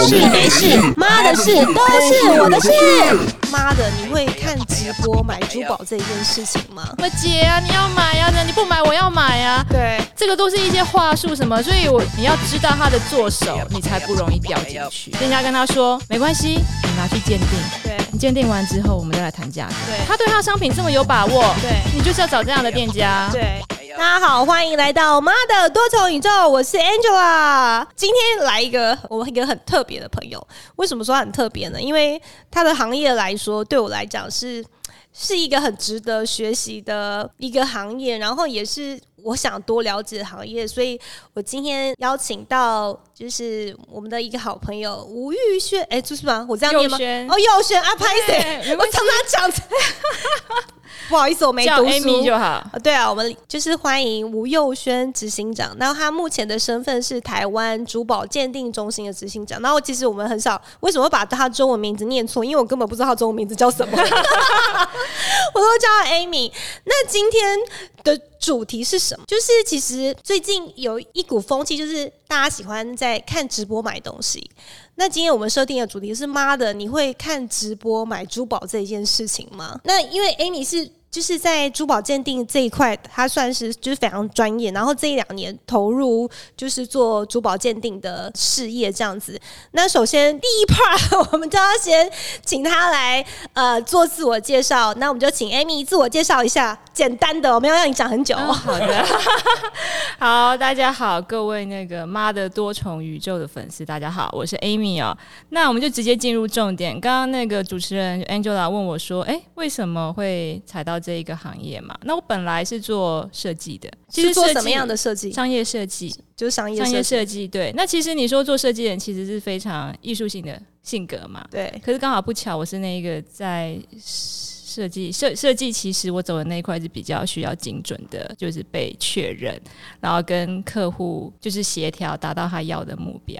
事没事，妈的事都是我的事。妈的，你会看直播买珠宝这一件事情吗？我姐啊，你要买呀、啊，你不买我要买呀、啊，对，这个都是一些话术什么，所以我你要知道他的做手，你才不容易掉进去。店家跟他说没关系，你拿去鉴定，对你鉴定完之后我们再来谈价格。对他对他的商品这么有把握，对你就是要找这样的店家。对。大家好，欢迎来到妈的多重宇宙，我是 Angela。今天来一个我一个很特别的朋友，为什么说他很特别呢？因为他的行业来说，对我来讲是是一个很值得学习的一个行业，然后也是我想多了解的行业，所以我今天邀请到就是我们的一个好朋友吴玉轩，哎、这是吗？我这样念吗佑？轩哦，佑轩啊，拍谁？对没我关系常常讲， 不好意思，我没叫读书 Amy 就好。啊，对啊，我们就是欢迎吴佑轩执行长。那他目前的身份是台湾珠宝鉴定中心的执行长。然后其实我们很少为什么会把他中文名字念错，因为我根本不知道他中文名字叫什么，我都叫他 Amy。那今天的主题是什么？就是其实最近有一股风气，就是大家喜欢在看直播买东西。那今天我们设定的主题是：妈的，你会看直播买珠宝这一件事情吗？那因为 Amy 是就是在珠宝鉴定这一块，她算是就是非常专业，然后这一两年投入就是做珠宝鉴定的事业这样子。那首先第一 part，我们就要先请她来呃做自我介绍。那我们就请 Amy 自我介绍一下，简单的，我没有让你讲很久。哦，好的，好，大家好，各位那个妈的多重宇宙的粉丝，大家好，我是 Amy 哦。那我们就直接进入重点。刚刚那个主持人 Angela 问我说，哎、为什么会踩到这一个行业嘛？那我本来是做设计的，其是实做设什么计样的设计？商业设计？就是商业商设业计。设计对。那其实你说做设计人其实是非常艺术性的性格嘛，对，可是刚好不巧，我是那一个在设计设设计，其实我走的那一块是比较需要精准的，就是被确认，然后跟客户就是协调，达到他要的目标。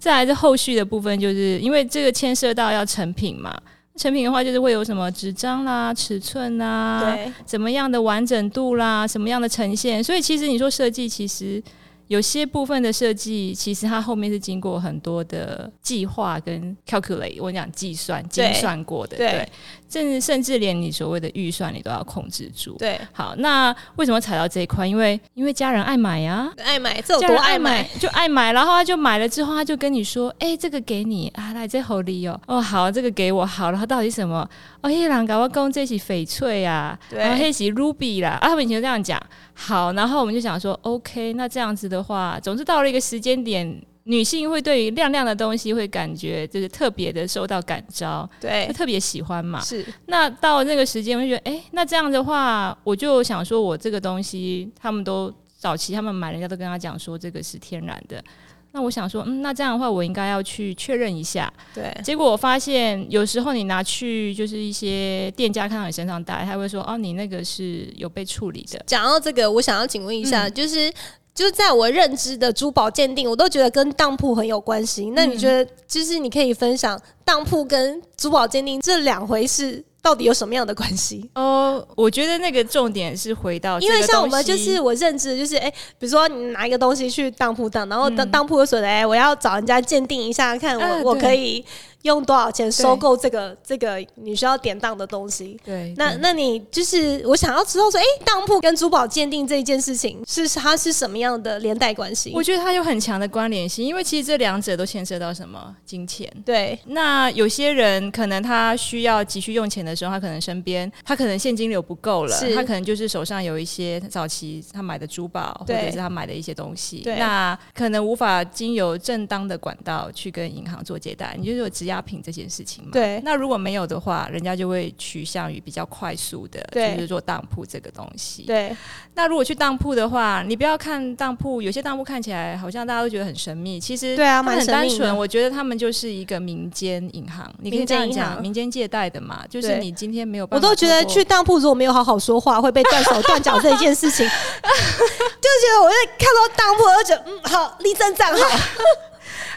再来是后续的部分，就是因为这个牵涉到要成品嘛。成品的话，就是会有什么纸张啦、尺寸啊啦，对，怎么样的完整度啦，什么样的呈现。所以其实你说设计，其实有些部分的设计，其实它后面是经过很多的计划跟 calculate，我讲计算、精对算过的，对对，甚至甚至连你所谓的预算，你都要控制住。对，好，那为什么踩到这一块？因为因为家人爱买啊呀、爱买，这有家多人爱买？买就爱买，然后他就买了之后，他就跟你说：“哎、这个给你啊，来这好礼哦，哦好，这个给我好。”然后到底什么？哦，黑狼搞我公这起翡翠啊，对然后黑起 ruby 啦，啊，他们以前就这样讲。好，然后我们就想说，OK，那这样子的话，总之到了一个时间点。女性会对于亮亮的东西会感觉就是特别的受到感召，对啊会，特别喜欢嘛。是那到那个时间，我就觉得，哎、那这样的话，我就想说，我这个东西，他们都早期他们买，人家都跟他讲说这个是天然的。那我想说，嗯，那这样的话，我应该要去确认一下。对，结果我发现，有时候你拿去就是一些店家看到你身上戴，他会说，哦，你那个是有被处理的。讲到这个，我想要请问一嗯下，就是就是在我认知的珠宝鉴定，我都觉得跟当铺很有关系。那嗯你觉得，就是你可以分享当铺跟珠宝鉴定这两回事到底有什么样的关系？哦，我觉得那个重点是回到因为哦这个像我们就东西是我认知的就是，哎、比如说你拿一个东西去当铺当，然后当当铺有所的，哎、我要找人家鉴定一下，看我、嗯啊我对可以用多少钱收对购这个这个你需要典当的东西。对那对那你就是我想要知道说，哎、当铺跟珠宝鉴定这一件事情是它是什么样的连带关系？我觉得它有很强的关联性，因为其实这两者都牵涉到什么金钱。对那有些人可能他需要急需用钱的时候，他可能身边他可能现金流不够了是，他可能就是手上有一些早期他买的珠宝或对者是他买的一些东西对，那可能无法经由正当的管道去跟银行做借贷，你就是有质押品这件事情嘛。对那如果没有的话，人家就会趋向于比较快速的，对就是做当铺这个东西。对那如果去当铺的话，你不要看当铺，有些当铺看起来好像大家都觉得很神秘，其实对啊他们蛮很神秘单的纯。我觉得他们就是一个民间银行，你可以这样民间银行讲，民间借贷的嘛，就是对你今天没有我办法。都觉得去，当铺如果没有好好说话，会被断手断脚这一件事 情，就 觉得我在看到当铺，我就觉得嗯好，立正站好，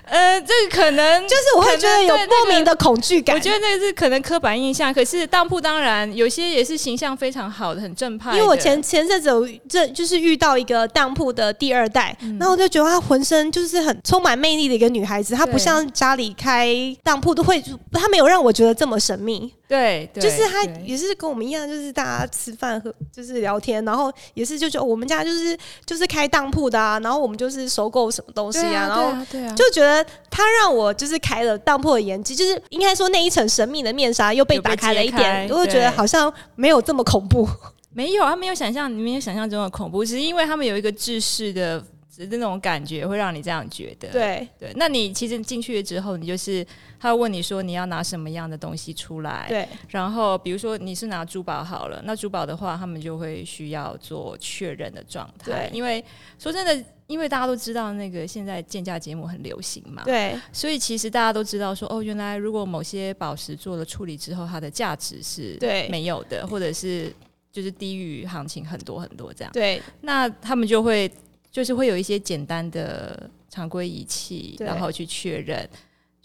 呃，这个可能就是我会觉得有莫名的恐惧感。我觉得那个是可能刻板印象，可是当铺当然有些也是形象非常好的，很正派的。因为我前前阵子有这就是遇到一个当铺的第二代，嗯然后我就觉得她浑身就是很充满魅力的一个女孩子，她不对像家里开当铺都会，她没有让我觉得这么神秘，对，对就是她对也是跟我们一样，就是大家吃饭和就是聊天，然后也是就觉得我们家就是就是开当铺的啊，然后我们就是收购什么东西对啊，然后对啊对啊，就觉得他让我就是开了当铺的眼睛，就是应该说那一层神秘的面纱又被有被打开了一揭开点，我就觉得对好像没有这么恐怖。没有，他没有想象，没有想象中的恐怖，只是因为他们有一个制式的那种感觉，会让你这样觉得。对，对，那你其实进去之后，你就是他会问你说你要拿什么样的东西出来，对，然后比如说你是拿珠宝好了，那珠宝的话，他们就会需要做确认的状态，对因为说真的，因为大家都知道那个现在鉴价节目很流行嘛，对，所以其实大家都知道说，哦，原来如果某些宝石做了处理之后，它的价值是对没有的，或者是就是低于行情很多很多这样。对，那他们就会就是会有一些简单的常规仪器，对然后去确认。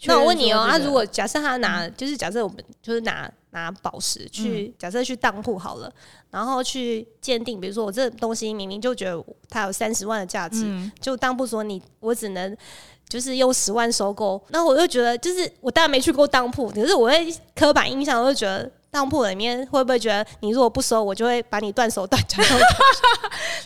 那我问你确认哦，说啊，这个嗯如果假设他拿，就是假设我们就是拿拿宝石去，假设去当铺好了，然后去鉴定，比如说我这东西明明就觉得它有三十万的价值，嗯就当铺说你我只能就是用十万收购，那我就觉得就是我当然没去过当铺，可是我会刻板印象，我就觉得。当铺里面会不会觉得你如果不收，我就会把你断手断脚？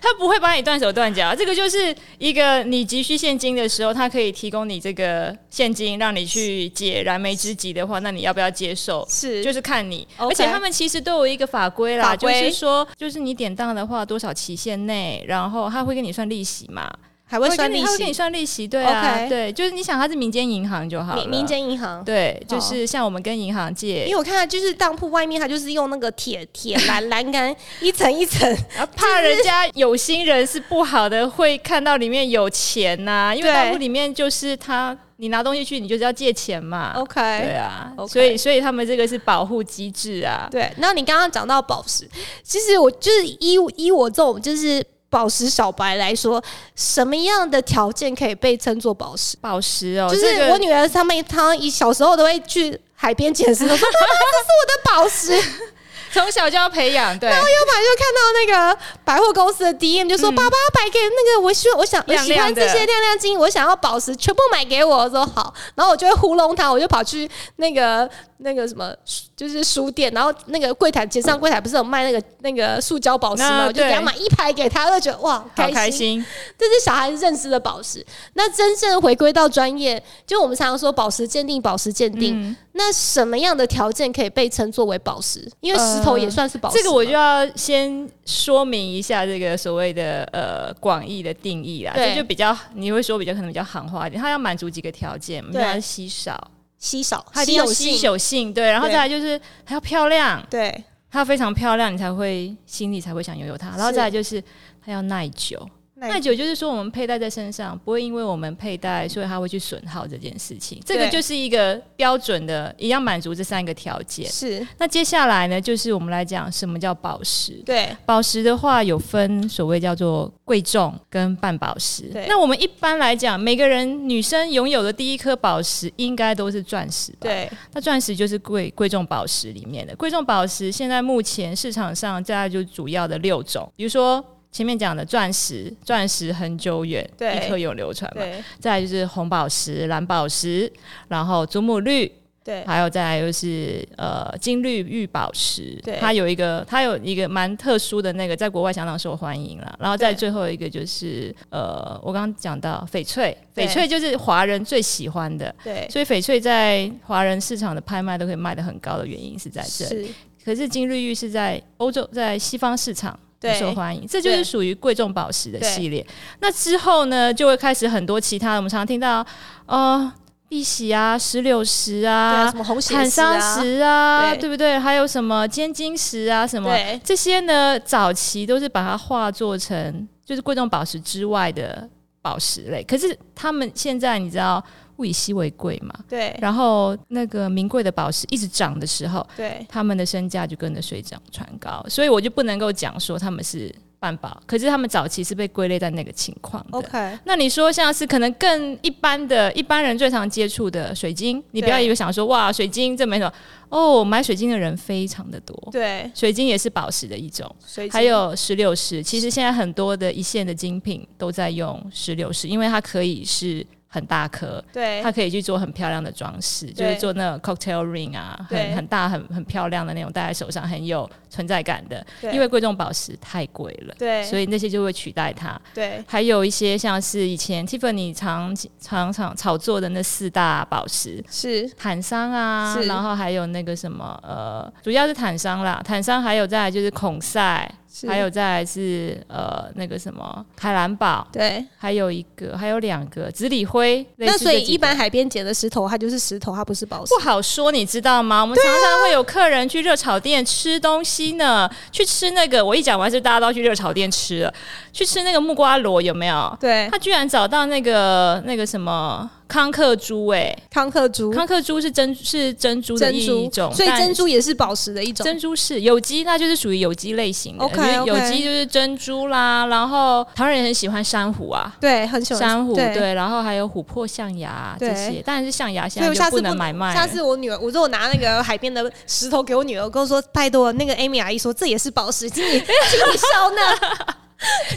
他不会把你断手断脚，这个就是一个你急需现金的时候，他可以提供你这个现金，让你去解燃眉之急的话，那你要不要接受？是就是看你 OK 而且他们其实都有一个法规啦，法就规是说，就是你典当的话，多少期限内，然后他会给你算利息嘛，还会会算跟你利他会给你息？算利息，对啊 OK 对，就是你想它是民间银行就好了，民民间银行，对，就是像我们跟银行借，因为我看他就是当铺外面，他就是用那个铁铁栏栏杆一层一 层，啊怕人家有心人是不好的，会看到里面有钱呐、因为对当铺里面就是他，你拿东西去，你就是要借钱嘛。对 OK。啊 OK 所以所以他们这个是保护机制啊。对，那你刚刚讲到宝石，其实我就是依依我这种就是宝石小白来说，什么样的条件可以被称作宝石？宝石哦，就是这个我女儿他们，她一小时候都会去海边捡石头，说妈妈这是我的宝石。从小就要培养，对，要不然就看到那个百货公司的 DM 就说：“爸爸买给那个我希望我想我嗯亮喜欢亮的这些亮亮金，我想要宝石，全部买给我。”我说好，然后我就会糊弄他，我就跑去那个那个什么，就是书店，然后那个柜台结账柜台不是有卖那个那个塑胶宝石吗？那我就给他对买一排给他，就觉得哇好开开心，心。这是小孩认识的宝石。那真正回归到专业，就我们常常说宝石鉴定，宝石鉴定，嗯，那什么样的条件可以被称作为宝石？因为石头呃也算是宝石嘛、这个我就要先说明一下这个所谓的呃广义的定义啦，对这就比较你会说比较可能比较行话一点，它要满足几个条件，对它要稀少，稀少，它一定要有稀有性，对，然后对再来就是它要漂亮，对，它非常漂亮，你才会心里才会想拥有它。然后是哎再来就是它要耐久，耐久就是说我们佩戴在身上不会因为我们佩戴，所以它会去损耗这件事情。这个对就是一个标准的，一样满足这三个条件。是那接下来呢，就是我们来讲什么叫宝石。对宝石的话有分所谓叫做贵重跟半宝石对。那我们一般来讲，每个人女生拥有的第一颗宝石应该都是钻石吧？对那钻石就是贵贵重宝石里面的贵重宝石，现在目前市场上大概就主要的六种，比如说前面讲的钻石，钻石恒久远，对一颗永流传嘛。对再来就是红宝石、蓝宝石，然后祖母绿，对还有再来就是呃金绿玉宝石对，它有一个它有一个蛮特殊的那个，在国外相当受欢迎啦。然后再对最后一个就是呃，我刚刚讲到翡翠，对翡翠就是华人最喜欢的，对，所以翡翠在华人市场的拍卖都可以卖得很高的原因是在这里。是可是金绿玉是在欧洲，在西方市场对很受欢迎，这就是属于贵重宝石的对系列。那之后呢，就会开始很多其他的，我们常听到呃碧玺啊、石榴石对啊啊什。么红血坦丝桑啊，石啊，对对不对？还有什么尖晶石啊，什么对这些呢？早期都是把它化作成就是贵重宝石之外的宝石类。可是他们现在你知道物以稀为贵嘛，对然后那个名贵的宝石一直涨的时候，对他们的身价就跟着水涨船高，所以我就不能够讲说他们是半保，可是他们早期是被归类在那个情况的。 OK，那你说像是可能更一般的一般人最常接触的水晶，你不要对以为想说哇水晶这没什么哦，买水晶的人非常的多，对，水晶也是宝石的一种，水晶还有石榴石。其实现在很多的一线的精品都在用石榴石，因为它可以是很大颗，对它可以去做很漂亮的装饰，就哎对是做那种 cocktail ring 啊，对很很大很很漂亮的那种，戴在手上很有存在感的。对因为贵重宝石太贵了，对所以那些就会取代它。对还有一些像是以前 Tiffany 常常常炒作的那四大宝石，是坦桑啊是，然后还有那个什么呃，主要是坦桑啦，坦桑还有再来就是孔塞，是还有再来是呃那个什么海蓝宝，对。还有一个还有两个紫锂灰。类那似所以这几一个般海边捡的石头，它就是石头，它不是宝石不。好说，你知道吗？我们常常会有客人去热炒店吃东西呢，去吃那个。我一讲完是大家都要去热炒店吃了，去吃那个木瓜螺有没有？对，他居然找到那个那个什么康克珠、欸，康克珠、康克珠是珍是珍珠的珍一珠种，，所以但珍珠也是宝石的一种。珍珠是有机，那就是属于有机类型的。 OK，OK 有机就是珍珠啦，然后台湾人很喜欢珊瑚啊。对，很喜欢珊瑚对，对，然后还有琥珀象牙啊这对些，但是象牙现所以我下在就次不能买卖了。下 次我女儿，我说我拿那个海边的石头给我女儿，我跟我说拜托，那个 Amy 阿姨说这也是宝石，请 你请你收纳，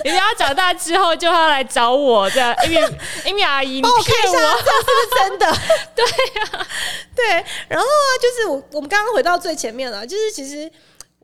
人家长大之后就要来找我这样，因为因为阿姨，你帮我看一骗下我，啊这是真的。 对呀、 对。然后啊，就是我我们刚刚回到最前面了，就是其实。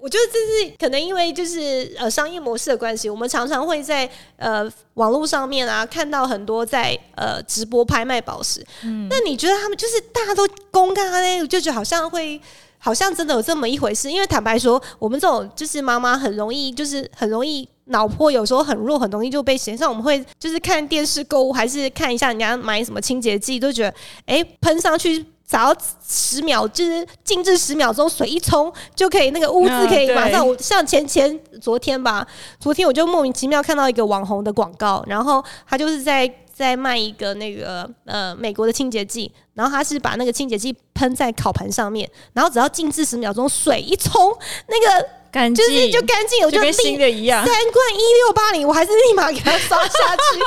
我觉得这是可能因为就是呃商业模式的关系，我们常常会在呃网络上面啊看到很多在呃直播拍卖宝石。嗯那你觉得他们就是大家都公开嘞，我就觉得好像会好像真的有这么一回事。因为坦白说，我们这种就是妈妈很容易，就是很容易脑波有时候很弱，很容易就被嫌。像我们会就是看电视购物，还是看一下人家买什么清洁剂，都觉得诶喷上去。只要十秒，就是静置十秒钟，水一冲就可以，那个污渍嗯可以马上。对我像前前昨天吧，昨天我就莫名其妙看到一个网红的广告，然后他就是在在卖一个那个呃美国的清洁剂，然后他是把那个清洁剂喷在烤盘上面，然后只要静置十秒钟，水一冲，那个感激就是就干净了，我就立跟新的一样三。罐一六八零，我还是立马给它刷下去。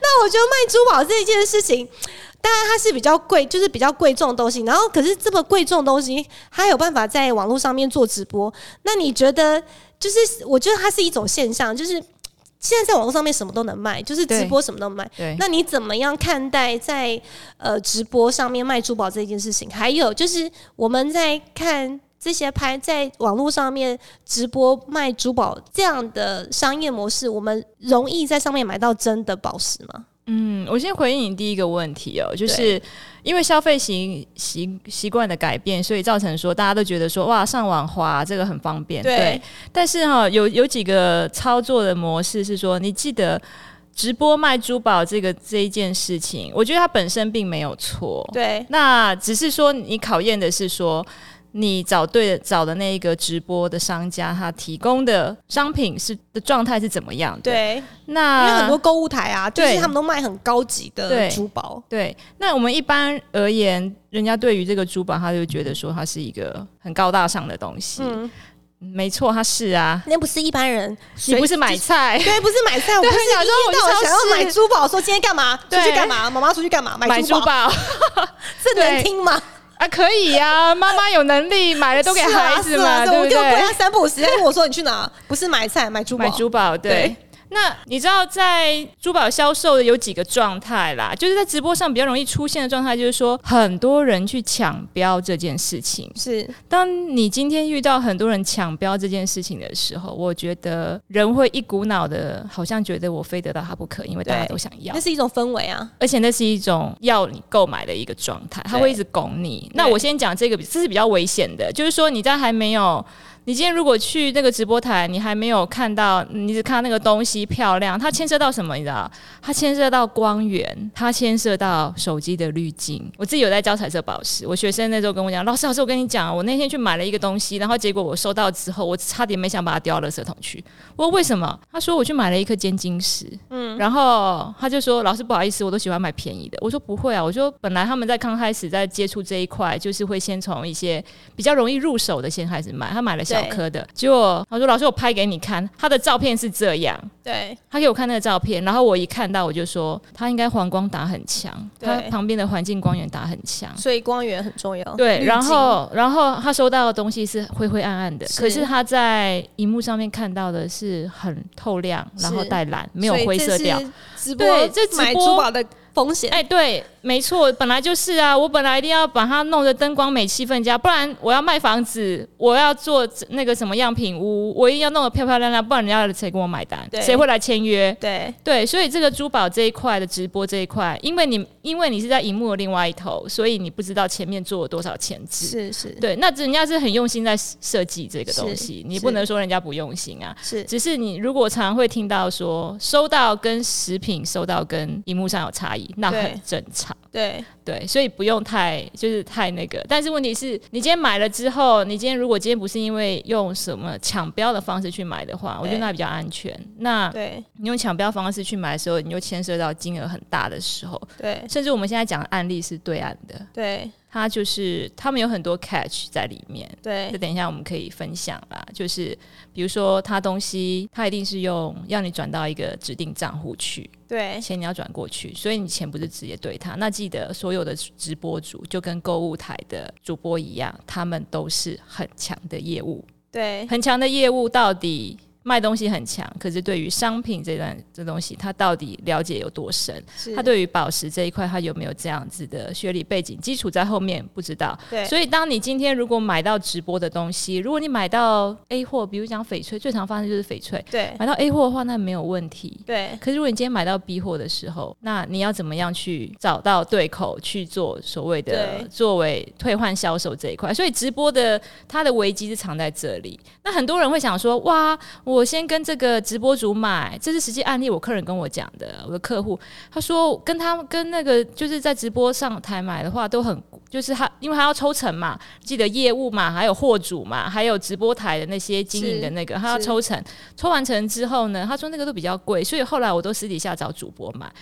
那我觉得卖珠宝这一件事情，当然它是比较贵，就是比较贵重的东西。然后，可是这么贵重的东西，它有办法在网络上面做直播。那你觉得，就是我觉得它是一种现象，就是现在在网络上面什么都能卖，就是直播什么都能卖。对，那你怎么样看待在呃直播上面卖珠宝这件事情？还有就是我们在看这些拍在网络上面直播卖珠宝这样的商业模式，我们容易在上面买到真的宝石吗？嗯，我先回应你第一个问题哦，就是因为消费习习习惯的改变，所以造成说大家都觉得说哇，上网花这个很方便，对但是哈、有有几个操作的模式是说，你记得。直播卖珠宝这个这一件事情，我觉得它本身并没有错，对那只是说你考验的是说。你找对找的那一个直播的商家，他提供的商品是的状态是怎么样的？，对，因那为很多购物台啊，就是对他们都卖很高级的对珠宝。对，那我们一般而言，人家对于这个珠宝，他就觉得说它是一个很高大上的东西。嗯，没错，它是啊，那不是一般人，你谁不是买菜，对，不是买菜，我不对是一想说我天去到晚想要超市买珠宝，说今天干嘛，出去对干嘛，妈妈出去干嘛，买买珠珠宝，宝 这能对听吗？啊，可以呀、妈妈有能力买哎了都给 是啊孩子是嘛，啊是啊对我不跟我对朋友？三不五时在问我说你去哪？不是买菜，买珠宝。买珠宝，对。对那你知道在珠宝销售的有几个状态啦？就是在直播上比较容易出现的状态，就是说很多人去抢标这件事情。是当你今天遇到很多人抢标这件事情的时候，我觉得人会一股脑的，好像觉得我非得到它不可，因为大家对都想要那。是一种氛围啊。而且那是一种要你购买的一个状态，他会一直拱你。那我先讲这个比，这是比较危险的，就是说你在还没有，你今天如果去那个直播台，你还没有看到，你只看到那个东西漂亮，它牵涉到什么？你知道？它牵涉到光源，它牵涉到手机的滤镜。我自己有在教彩色宝石，我学生那时候跟我讲，老师，老师，我跟你讲，我那天去买了一个东西，然后结果我收到之后，我差点没想把它丢到垃圾桶去。我说为什么？他说我去买了一颗尖晶石，然后他就说：“老师，不好意思，我都喜欢买便宜的。”我说：“不会啊，我说本来他们在刚开始在接触这一块，就是会先从一些比较容易入手的先开始买。他买了小小颗的。结果他说：“老师，我拍给你看，他的照片是这样。”对他给我看那个照片，然后我一看到我就说，他应该黄光打很强，对他旁边的环境光源打很强。所以光源很重要。对，哦滤然镜后然后他收到的东西是灰灰暗暗的，是可是他在荧幕上面看到的是很透亮，然后是带蓝，没有灰色调所以。这是直播对这直买播珠宝的风险。哎、对，没错，本来就是啊，我本来一定要把它弄得灯光美、气氛佳，不然我要卖房子，我要做那个什么样品屋，我一定要弄得漂漂亮亮，不然人家谁跟我买单对？谁会来签约？对对，所以这个珠宝这一块的直播这一块，因为你因为你是在荧幕的另外一头，所以你不知道前面做了多少前置。是是对，那人家是很用心在设计这个东西是，你是不能说人家不用心啊。是只是你如果常常会听到说收到跟食品收到跟荧幕上有差异，那对很正常。对对，所以不用太就是太那个。但是问题是你今天买了之后，你今天如果今天不是因为用什么抢标的方式去买的话，我觉得对那比较安全。那对你用抢标方式去买的时候，你就牵涉到金额很大的时候，对甚至我们现在讲的案例是对岸的，对它就是他们有很多 catch 在里面。这对等一下我们可以分享啦，就是比如说它东西，它一定是用让你转到一个指定账户去，对钱你要转过去，所以你钱不是直接对它。那记得所有的直播主就跟购物台的主播一样，他们都是很强的业务，对很强的业务到底卖东西很强，可是对于商品这段这东西，他到底了解有多深？是，他对于宝石这一块，他有没有这样子的学历背景基础在后面？不知道。对所以，当你今天如果买到直播的东西，如果你买到 A 货，比如讲翡翠，最常发生就是翡翠，对买到 A 货的话，那没有问题。对可是，如果你今天买到 B 货的时候，那你要怎么样去找到对口去做所谓的对作为退换销售这一块？所以，直播的它的危机是藏在这里。那很多人会想说：哇，我先跟这个直播主买，这是实际案例，我客人跟我讲的，我的客户他说跟他跟那个就是在直播上台买的话都很。就是他，因为他要抽成嘛，记得业务嘛，还有货主嘛，还有直播台的那些经营的那个，他要是抽成。抽完成之后呢，他说那个都比较贵，所以后来我都私底下找主播买。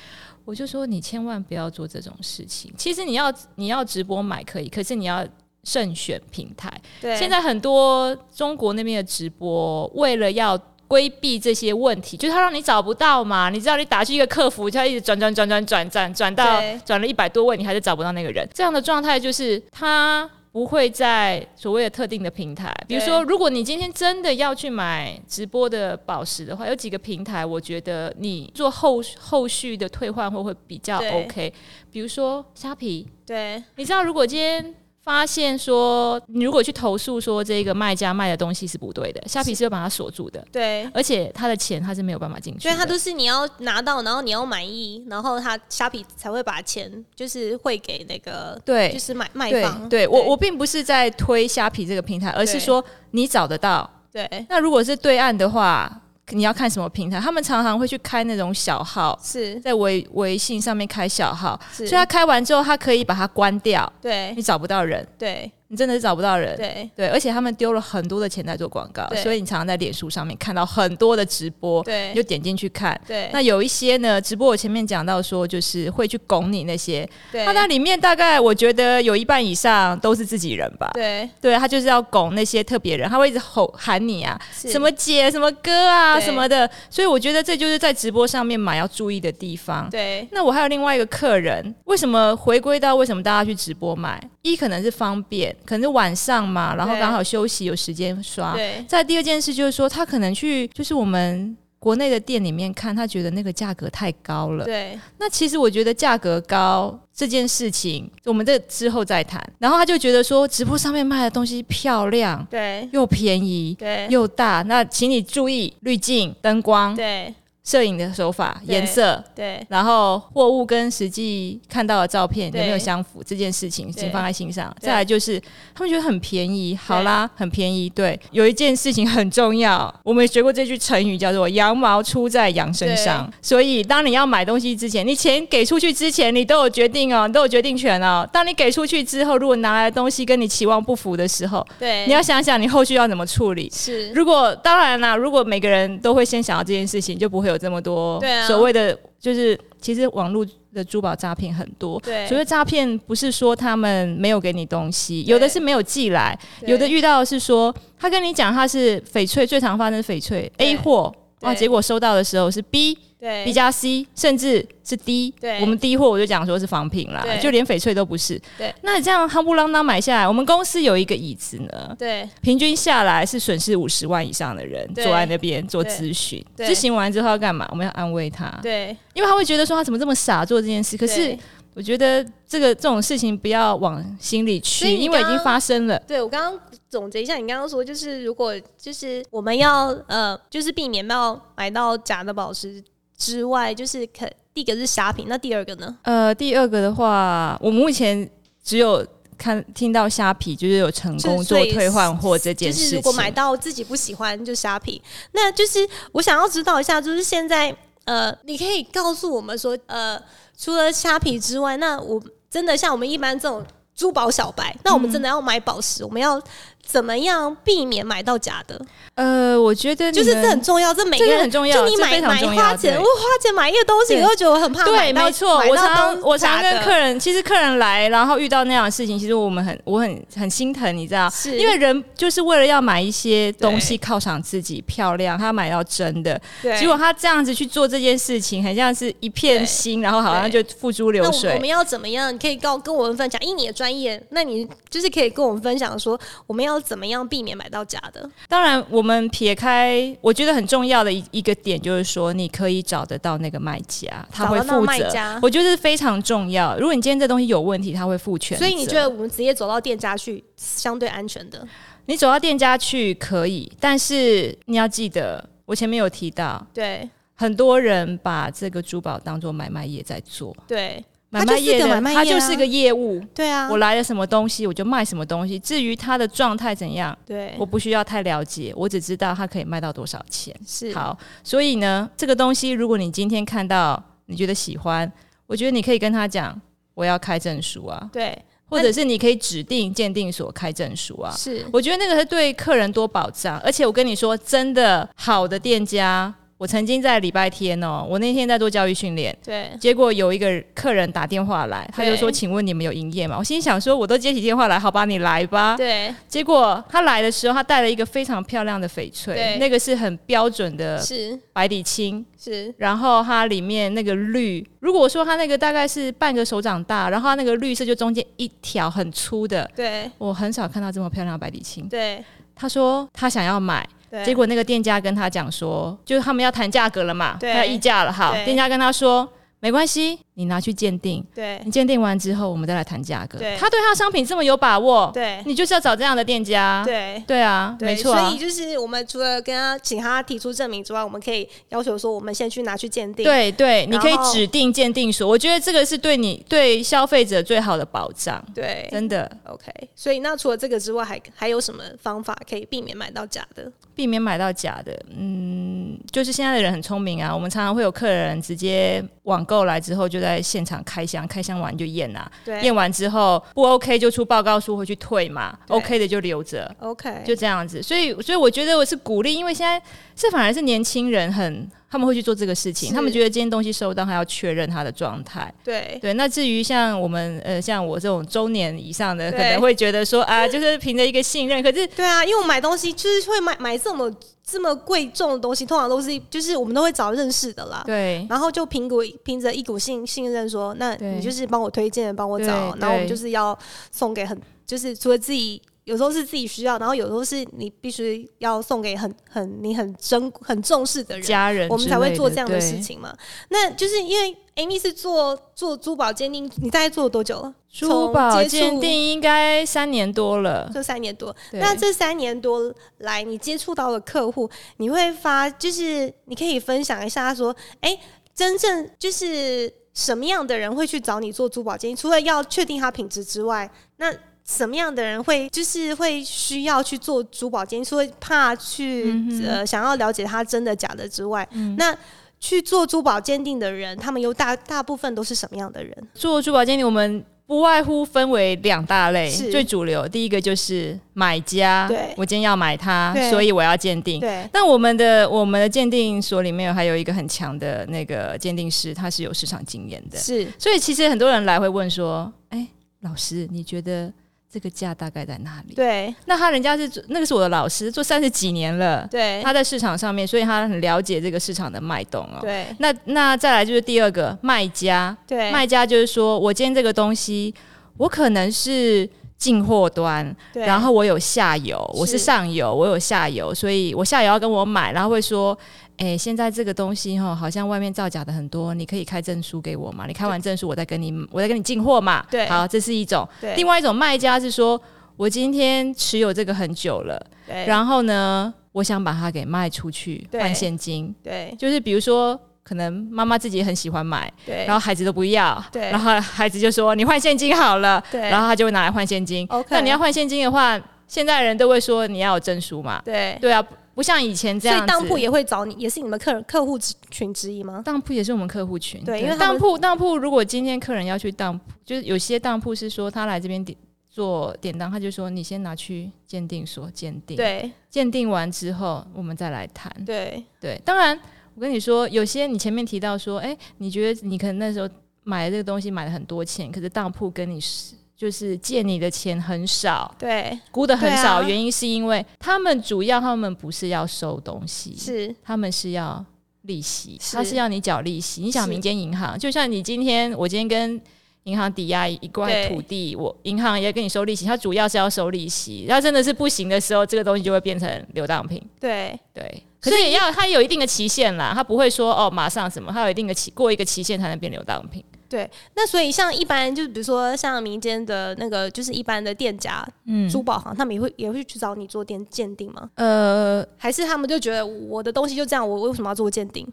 我就说你千万不要做这种事情。其实你要你要直播买可以，可是你要慎选平台。对，现在很多中国那边的直播，为了要规避这些问题，就是他让你找不到嘛。你知道你打去一个客服，他一直转转转转转转转到对转了一百多位，你还是找不到那个人。这样的状态就是他。不会在所谓的特定的平台，比如对说，如果你今天真的要去买直播的宝石的话，有几个平台，我觉得你做后后续的退换会会比较对 OK，比如说虾皮，对你知道，如果今天发现说，你如果去投诉说这个卖家卖的东西是不对的，虾皮是会把它锁住的，对。而且他的钱他是没有办法进去所的。以它都是你要拿到，然后你要满意，然后它虾皮才会把钱就是汇给那个，对就是买卖对方。对，我我并不是在推虾皮这个平台，而是对说你找得到。对那如果是对岸的话，你要看什么平台？他们常常会去开那种小号，是在微微信上面开小号，所是，以他开完之后，他可以把它关掉，对你找不到人，对你真的是找不到人。对对，而且他们丢了很多的钱在做广告，对所以你常常在脸书上面看到很多的直播，你对就点进去看。对，那有一些呢，直播我前面讲到说，就是会去拱你那些，对那那里面大概我觉得有一半以上都是自己人吧。对对他就是要拱那些特别人，他会一直吼喊你啊，是什么姐、什么哥啊、对什么的，所以我觉得这就是在直播上面买要注意的地方。对那我还有另外一个客人，为什么回归到为什么大家去直播买？一可能是方便，可能是晚上嘛，然后对刚好休息有时间刷。对再第二件事就是说，他可能去就是我们。国内的店里面看，他觉得那个价格太高了。对那其实我觉得价格高这件事情，我们这之后再谈。然后他就觉得说，直播上面卖的东西漂亮对又便宜对又大，那请你注意滤镜、灯光、对摄影的手法、对颜色，对然后货物跟实际看到的照片有对没有相符这件事情，对请放在心上。对再来就是他们觉得很便宜，好啦，很便宜。对，有一件事情很重要，我们学过这句成语叫做“羊毛出在羊身上”。所以，当你要买东西之前，你钱给出去之前，你都有决定哦，你都有决定权哦。当你给出去之后，如果拿来的东西跟你期望不符的时候，对，你要想想你后续要怎么处理。是如果当然啦，如果每个人都会先想到这件事情，就不会有这么多对啊所谓的就是其实网络的珠宝诈骗很多。对所谓诈骗，不是说他们没有给你东西，有的是没有寄来，有的遇到的是说他跟你讲他是翡翠，最常发生的是翡翠对 A 货，哇，对结果收到的时候是 B。对 B 加 C，甚至是 D，对我们 D 货我就讲说是仿品啦对，就连翡翠都不是。对，那你这样夯不啷当买下来，我们公司有一个椅子呢，对平均下来是损失五十万以上的人对坐在那边做咨询，对对咨询完之后要干嘛？我们要安慰他，对，因为他会觉得说他怎么这么傻做这件事。可是对我觉得这个这种事情不要往心里去所，以你因为已刚刚经发生了。对我刚刚总结一下，你刚刚说就是，如果就是我们要呃，就是避免到买到假的宝石之外，就是可第一个是傻品，那第二个呢？呃，第二个的话，我目前只有看听到虾皮就是有成就功是做所以退换货这件就事情。是如果买到自己不喜欢，就虾皮。那就是我想要知道一下，就是现在呃，你可以告诉我们说，呃，除了虾皮之外，那我真的像我们一般这种珠宝小白，那我们真的要买宝石，我们要怎么样避免买到假的？呃，我觉得你就是们这很重要，这每个这个人很重要就你这买非常买重要花钱，对我花钱买一个东西，对我就觉得我很怕买对，到没错。买我到常东我假常的跟客人，其实客人来，然后遇到那样的事情，其实我们很我很很心疼，你知道。是因为人就是为了要买一些东西犒赏自己漂亮，他要买到真的，对结果他这样子去做这件事情，很像是一片心，然后好像就付诸那流我我水们。要怎么样？你可以告跟我们分享，以你的专业，那你就是可以跟我们分享说，我们要怎么样避免买到假的？当然，我们撇开我觉得很重要的一一个点，就是说你可以找得到那个卖家，他会找得到负卖责家。我觉得是非常重要。如果你今天这东西有问题，他会负全责。所以你觉得我们直接走到店家去，相对安全的？你走到店家去可以，但是你要记得，我前面有提到，对很多人把这个珠宝当做买卖业在做，对它买就卖是业个买的卖业它就是啊个业务。对啊我来了什么东西，我就卖什么东西。至于它的状态怎样，对我不需要太了解，我只知道它可以卖到多少钱。是好，所以呢，这个东西如果你今天看到你觉得喜欢，我觉得你可以跟他讲，我要开证书啊，对或者是你可以指定鉴定所开证书啊。是我觉得那个是对客人多保障，而且我跟你说，真的好的店家，我曾经在礼拜天哦，我那天在做教育训练。对结果有一个客人打电话来，他就说：“对请问你们有营业吗？”我心想说：“我都接起电话来，好吧，你来吧。对”结果他来的时候，他带了一个非常漂亮的翡对翠，那个是很标准的是白底青，是然后它里面那个绿，如果说它那个大概是半个手掌大，然后它那个绿色就中间一条很粗的，对我很少看到这么漂亮的白底青。对他说他想要买，对，结果那个店家跟他讲说，就是他们要谈价格了嘛，对他要议价了哈。对店家跟他说没关系，你拿去鉴定，对你鉴定完之后我们再来谈价格对。他对他的商品这么有把握，对你就是要找这样的店家。对。对啊，对，没错啊所以。就是我们除了跟他请他提出证明之外，我们可以要求说，我们先去拿去鉴定。对对，你可以然后指定鉴定所，我觉得这个是对你对消费者最好的保障，对，真的 OK，所以那除了这个之外，还还有什么方法可以避免买到假的？避免买到假的。嗯，就是现在的人很聪明啊，我们常常会有客人直接网购来之后就在现场开箱，开箱完就验啊，对验完之后不 OK 就出报告书回去退嘛对，OK 的就留着。 ，OK，就这样子，所以所以我觉得我是鼓励，因为现在这反而是年轻人很他们会去做这个事情，是他们觉得今天东西收到，还要确认它的状态。对对，那至于像我们呃，像我这种中年以上的，可对能会觉得说啊，就是凭着一个信任，可是对啊，因为我买东西就是会买买这么这么贵重的东西，通常都是就是我们都会找认识的啦。对然后就凭股凭着一股信信任说，那对你就是帮我推荐，帮我找，对然后我们对就是要送给很，就是除了自己有时候是自己需要，然后有时候是你必须要送给很很你很珍很重视的人，家人我们之才会类做的这样的事。情嘛。那就是因为 Amy 是做做珠宝鉴定，你大概做了多久了？对珠从宝接触鉴定应该三年多 了，这三年多。对那这三年多来，你接触到的客户，你会发，就是你可以分享一下，他说，哎、真正就是什么样的人会去找你做珠宝鉴定？除了要确定它品质之外，那什么样的人会就是会需要去做珠宝鉴定？除了怕去、嗯呃想要了解它真的假的之外，那去做珠宝鉴定的人，他们有大大部分都是什么样的人？做珠宝鉴定，我们不外乎分为两大类，是最主流第一个就是买家，对我今天要买它对，所以我要鉴定。对，但我们的我们的鉴定所里面有还有一个很强的那个鉴定师，他是有市场经验的，是所以其实很多人来会问说：“哎、老师，你觉得这个价大概在哪里？”对那他人家是做那个是我的老师，做三十几年了，对他在市场上面，所以他很了解这个市场的脉动哦。对那那再来就是第二个卖家，对，卖家就是说我今天这个东西，我可能是进货端，对然后我有下游，我是是上游，我有下游，所以我下游要跟我买，然后会说。哎、现在这个东西哈，好像外面造假的很多，你可以开证书给我嘛？你开完证书，我再跟你，我再跟你进货嘛。对好，这是一种。对另外一种卖家是说，我今天持有这个很久了，对然后呢，我想把它给卖出去对换现金，对就是比如说。可能妈妈自己很喜欢买，对，然后孩子都不要，对然后孩子就说你换现金好了，对然后他就会拿来换现金。 OK 那你要换现金的话，现在人都会说你要有证书嘛，对，对啊，不像以前所这样以子。当铺也会找你，也是你们客人客户之群之一吗？当铺也是我们客户群，对因为他当们铺当铺如果今天客人要去当铺，就是有些当铺是说他来这边点做典当，他就说你先拿去鉴定所鉴定，，对鉴定完之后我们再来谈，对对，当然我跟你说，有些你前面提到说，哎、你觉得你可能那时候买这个东西买了很多钱，可是当铺跟你是就是借你的钱很少，对，估的很对啊少，原因是因为他们主要他们不是要收东西，是他们是要利息，是他是要你缴利息。你想是民间银行，就像你今天我今天跟银行抵押一块对土地，我银行也跟你收利息，它主要是要收利息。然后真的是不行的时候，这个东西就会变成流当品，对对。可是也要它有一定的期限啦，它不会说哦马上什么，它有一定的期过一个期限才能变流当品。对。那所以像一般就是比如说像民间的那个就是一般的店家、嗯，珠宝行，他们也会也会去找你做店鉴定吗？呃，还是他们就觉得我的东西就这样，我我为什么要做鉴定？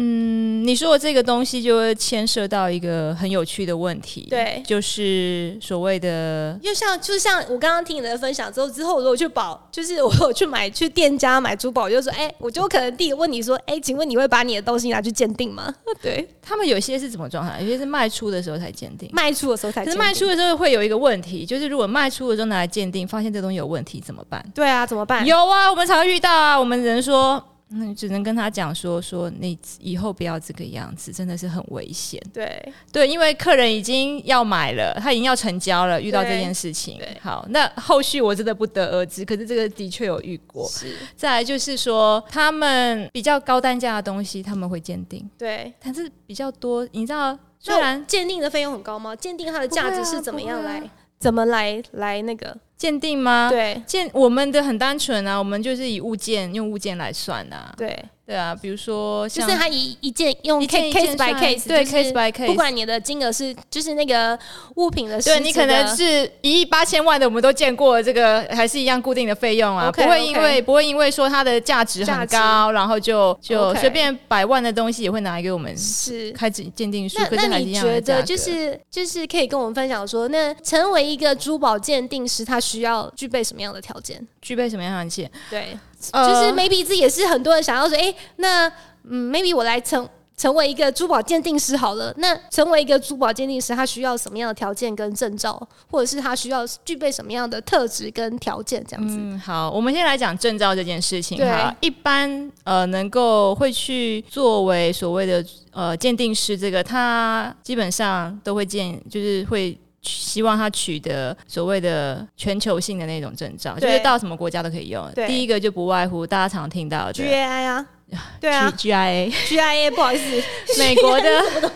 嗯，你说的这个东西就会牵涉到一个很有趣的问题，对就是所谓的就像就像我刚刚听你的分享之后，之后我如果去保，就是我有去买去店家买珠宝，我就说，哎、我就可能第一问你说，哎、请问你会把你的东西拿去鉴定吗？ 对，他们有些是怎么状态？有些是卖出的时候才鉴定。卖出的时候才可鉴定。是卖出的时候会有一个问题，就是如果卖出的时候拿来鉴定，发现这东西有问题怎么办？对啊，怎么办？有啊，我们常遇到啊，我们人说，那、你只能跟他讲说，说你以后不要这个样子，真的是很危险。对对，因为客人已经要买了，他已经要成交了，遇到这对件事情对。好，那后续我真的不得而知，可是这个的确有遇过。是，再来就是说，他们比较高单价的东西他们会鉴定，对。但是比较多，你知道，虽那然我鉴定的费用很高吗？鉴定它的价值是怎么样来？不会啊不会啊怎么来来那个？鉴定吗？对鉴我们的很单纯啊，我们就是以物件用物件来算啊。对，对啊，比如说就像是它一一件用一 case 件一 case 件 by 算 case，对就是 case by case 不管你的金额是就是那个物品呃的实质对的，你可能是一亿八千万的，我们都见过了，这个还是一样固定的费用啊 OK，不会因 OK 为不会因为说它的价值价很值高，然后就就 OK 随便百万的东西也会拿来给我们是开始鉴定书，可那是那还是你一样觉的价得格就是就是可以跟我们分享说，那成为一个珠宝鉴定师，他需要具备什么样的条件？具备什么样的件？对，就呃是 maybe 这也是很多人想要说，诶，那嗯，maybe 我来成成为一个珠宝鉴定师好了。那成为一个珠宝鉴定师，他需要什么样的条件跟证照，或者是他需要具备什么样的特质跟条件这样子？嗯，好，我们先来讲证照这件事情对哈。一般呃，能够会去作为所谓的呃鉴定师，这个他基本上都会建，就是会取。希望他取得所谓的全球性的那种证照，就对是到什么国家都可以用。对第一个就不外乎大家常听到的 GAI 啊，对啊 G I A， ，GIA 不好意思，美国的。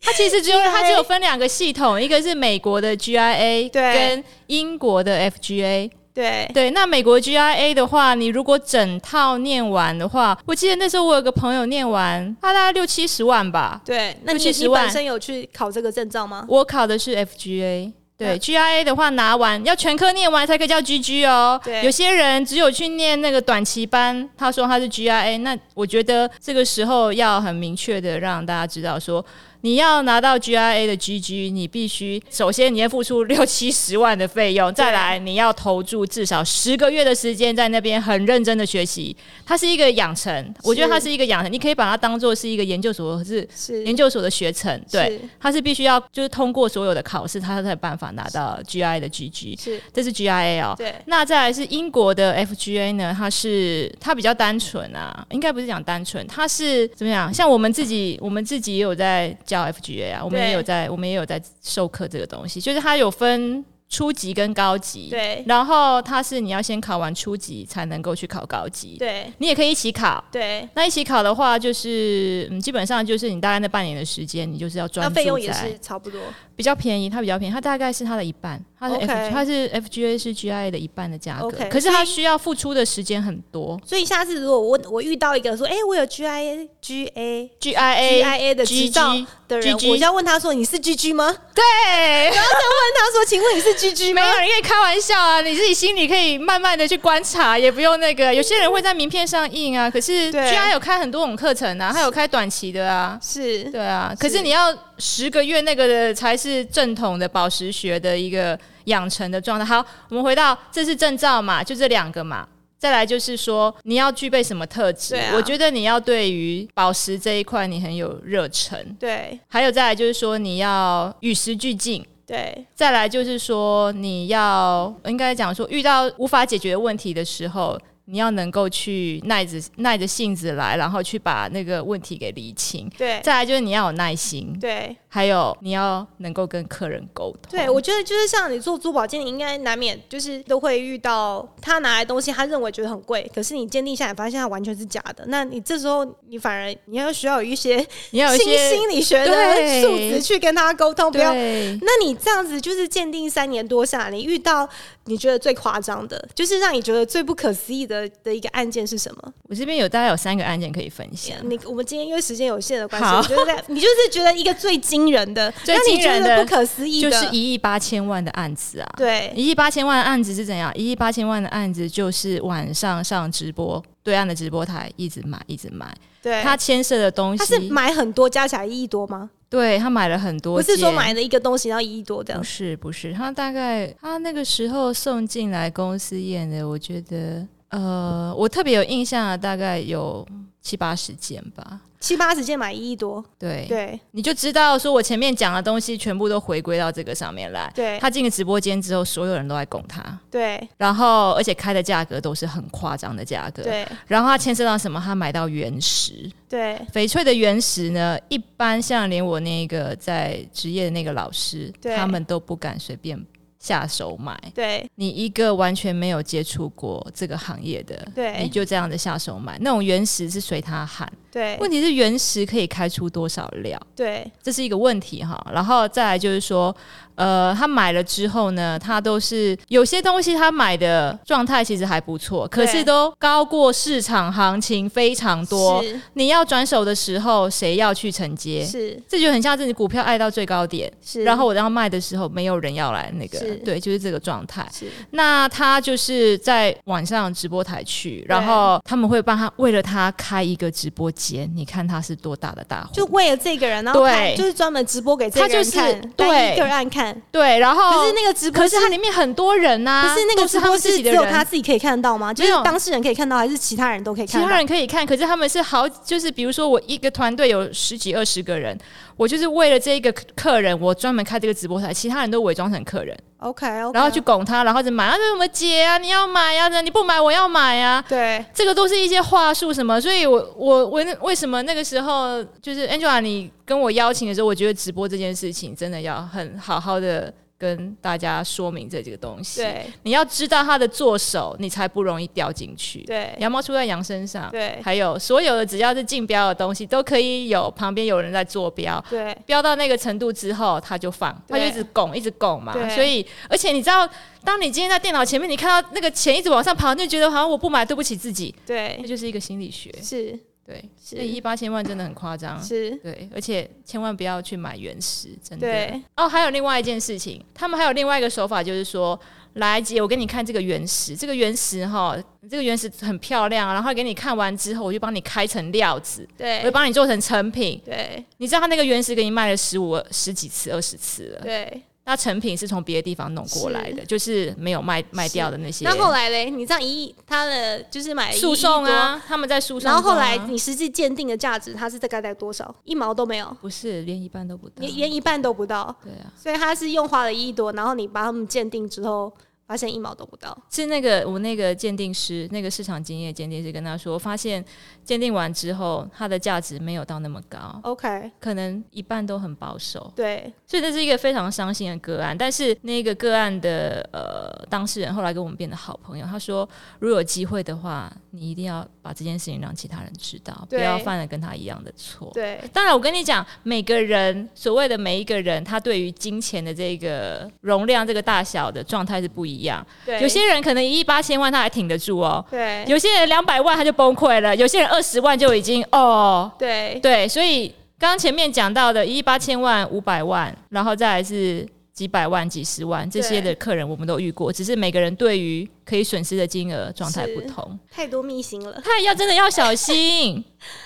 它其实只有它只有分两个系统，一个是美国的 GIA 对跟英国的 FGA。对对，那美国 GRA 的话，你如果整套念完的话，我记得那时候我有个朋友念完，他大概六七十万吧。对，那就你70你本万身有去考这个证照吗？我考的是 FGA。对嗯 GRA 的话，拿完要全科念完才可以叫 GG 哦。对有些人只有去念那个短期班，他说他是 GRA，那我觉得这个时候要很明确的让大家知道说，你要拿到 GIA 的 GG，你必须首先你要付出六七十万的费用，再来你要投注至少十个月的时间在那边很认真的学习。它是一个养成，我觉得它是一个养成，你可以把它当做是一个研究所，是是研究所的学程。对是，它是必须要就是通过所有的考试，它才有办法拿到 GIA 的 GG。是这是 GIA 哦。对那再来是英国的 FGA 呢，它是它比较单纯啊，应该不是讲单纯，它是怎么样？像我们自己，我们自己也有在教 FGA 啊，我们对也有在，我们也有在授课这个东西，就是它有分。初级跟高级，对然后它是你要先考完初级才能够去考高级，，对你也可以一起考。对，那一起考的话，就是嗯，基本上就是你大概那半年的时间，你就是要专那注费用也在是差不多，比较便宜，它比较便宜，它大概是它的一半，它的 F OK 它是 FGA 是 GIA 的一半的价格 OK，可是它需要付出的时间很多。所以下次如果我我遇到一个说，哎、我有 GIA GA GIA GIA 的执 GG 照的人， GG 我就要问他说，你是 GG 吗？问对，他说，请问你是 GG 没吗？有人可以开玩笑啊，你自己心里可以慢慢的去观察，也不用那个。有些人会在名片上印啊，可是对 GIA 有开很多种课程啊，它有开短期的啊。是对啊，可是你要十个月那个的才是正统的宝石学的一个养成的状态。好，我们回到这是证照嘛，就这两个嘛。再来就是说，你要具备什么特质？对啊我觉得你要对于宝石这一块你很有热忱，对还有再来就是说你要与时俱进，对再来就是说，你要应该讲说，遇到无法解决的问题的时候，你要能够去耐着耐着性子来，然后去把那个问题给理清。对再来就是你要有耐心，对还有你要能够跟客人沟通。对，我觉得就是像你做珠宝鉴定，应该难免就是都会遇到他拿来东西，他认为觉得很贵，可是你鉴定下来发现它完全是假的，那你这时候你反而你要需要有一些你要有一新些心理学的对数值去跟他沟通，不要对那你这样子就是鉴定三年多下来，你遇到你觉得最夸张的，就是让你觉得最不可思议的的一个案件是什么？我这边有大概有三个案件可以分享。你我们今天因为时间有限的关系，好我觉得在你就是觉得一个最惊人的， 最让你惊觉人得的不可思议就的，是一亿八千万的案子啊！对一亿八千万的案子是怎样？一亿八千万的案子就是晚上上直播，对岸的直播台一直买，一直买。对，他牵涉的东西，他是买很多加起来一亿多吗？对他买了很多不件，是说买了一个东西然后一亿多这样不，是不是，他大概他那个时候送进来公司验的，我觉得呃，我特别有印象的大概有七八十件吧。七八十件买一亿多，对，对你就知道说我前面讲的东西全部都回归到这个上面来。对他进了直播间之后，所有人都在拱他，对然后而且开的价格都是很夸张的价格。。对然后他牵涉到什么？他买到原石，对翡翠的原石呢，一般像连我那个在职业的那个老师，对他们都不敢随便下手买。对你一个完全没有接触过这个行业的，对你就这样的下手买，那种原石是随他喊。对问题是原石可以开出多少料，对这是一个问题哈。然后再来就是说，呃，他买了之后呢，他都是有些东西他买的状态其实还不错，可对是都高过市场行情非常多。是你要转手的时候，谁要去承接？是这就很像是你股票爱到最高点，是，然后我要卖的时候，没有人要来那个是，对，就是这个状态。是那他就是在晚上直播台去，然后他们会帮他为了他开一个直播间，你看他是多大的大户，就为了这个人，然后看对就是专门直播给这个人看，他就是单对一个案看。对，然后可是那个直播可是它里面很多人呐、可是那个都直是他播们自是己只的有他人。自己可以看到吗？就是没有当事人可以看到，还是其他人都可以其看到？他人可以看，可是他们是好，就是比如说我一个团队有十几二十个人，我就是为了这一个客人，我专门开这个直播台，其他人都伪装成客人， OK，, 然后去拱他，然后就买啊，这怎么解啊？你要买啊，你不买我要买啊，对这个都是一些话术什么，所以我我我那为什么那个时候就是 Angela 你跟我邀请的时候，我觉得直播这件事情真的要很好好的跟大家说明这几个东西。，对你要知道他的做手，你才不容易掉进去。，对羊毛出在羊身上。对还有所有的只要是竞标的东西，都可以有旁边有人在做标。对飙到那个程度之后，他就放，他对就一直拱，一直拱嘛对。所以，而且你知道，当你今天在电脑前面，你看到那个钱一直往上爬，你就觉得好像我不买对不起自己，这对，就是一个心理学。是对，是所以一八千万真的很夸张。是，对，而且千万不要去买原石，真的。对哦，还有另外一件事情，他们还有另外一个手法，就是说，来姐，我给你看这个原石，这个原石哈，这个原石很漂亮啊，然后给你看完之后，我就帮你开成料子，我就对帮你做成成品。对你知道他那个原石给你卖了十五、十几次、二十次了，对。那成品是从别的地方弄过来的，就是没有卖卖掉的那些那后来嘞，你这样一亿，他的就是买了一亿诉讼多，啊，他们在诉讼、然啊。后后来你实际鉴定的价值，它是大概在多少？一毛都没有，不是连一半都不到，连连一半都不到。对啊，所以他是用花了一亿多，然后你把他们鉴定之后，发现一毛都不到。是那个我那个鉴定师，那个市场经验鉴定师跟他说，发现鉴定完之后，它的价值没有到那么高， OK，可能一半都很保守，对，所以这是一个非常伤心的个案。但是那个个案的呃当事人后来跟我们变得好朋友，他说，如果有机会的话，你一定要把这件事情让其他人知道，不对要犯了跟他一样的错。对，当然，我跟你讲，每个人所谓的每一个人，他对于金钱的这个容量、这个大小的状态是不一样。对，有些人可能一亿八千万他还挺得住哦，对，有些人两百万他就崩溃了，有些人二十万就已经哦，对，对，所以刚刚前面讲到的一亿八千万、五百万，然后再来是几百万、几十万这些的客人，我们都遇过，只是每个人对于可以损失的金额状态不是同，太多秘辛了。他也要真的要小心。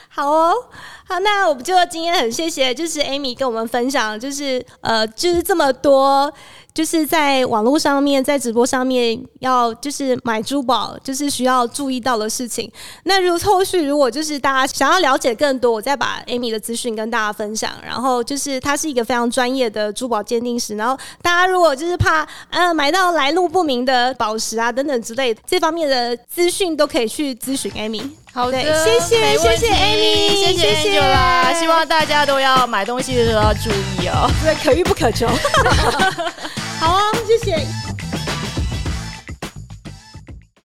好哦，好，那我们就今天很谢谢，就是 Amy 跟我们分享，就是呃，就是这么多，就是在网络上面，在直播上面要就是买珠宝，就是需要注意到的事情。那如后续如果就是大家想要了解更多，我再把 Amy 的资讯跟大家分享。然后就是他是一个非常专业的珠宝鉴定师，然后大家如果就是怕呃买到来路不明的宝石啊等等之类的这方面的资讯，都可以去咨询 Amy。 好的，对谢谢没问谢题谢 Amy，谢谢谢 Angel 啦，希望大家都要买东西的时候要注意哦。对，可遇不可求。好啊，谢谢。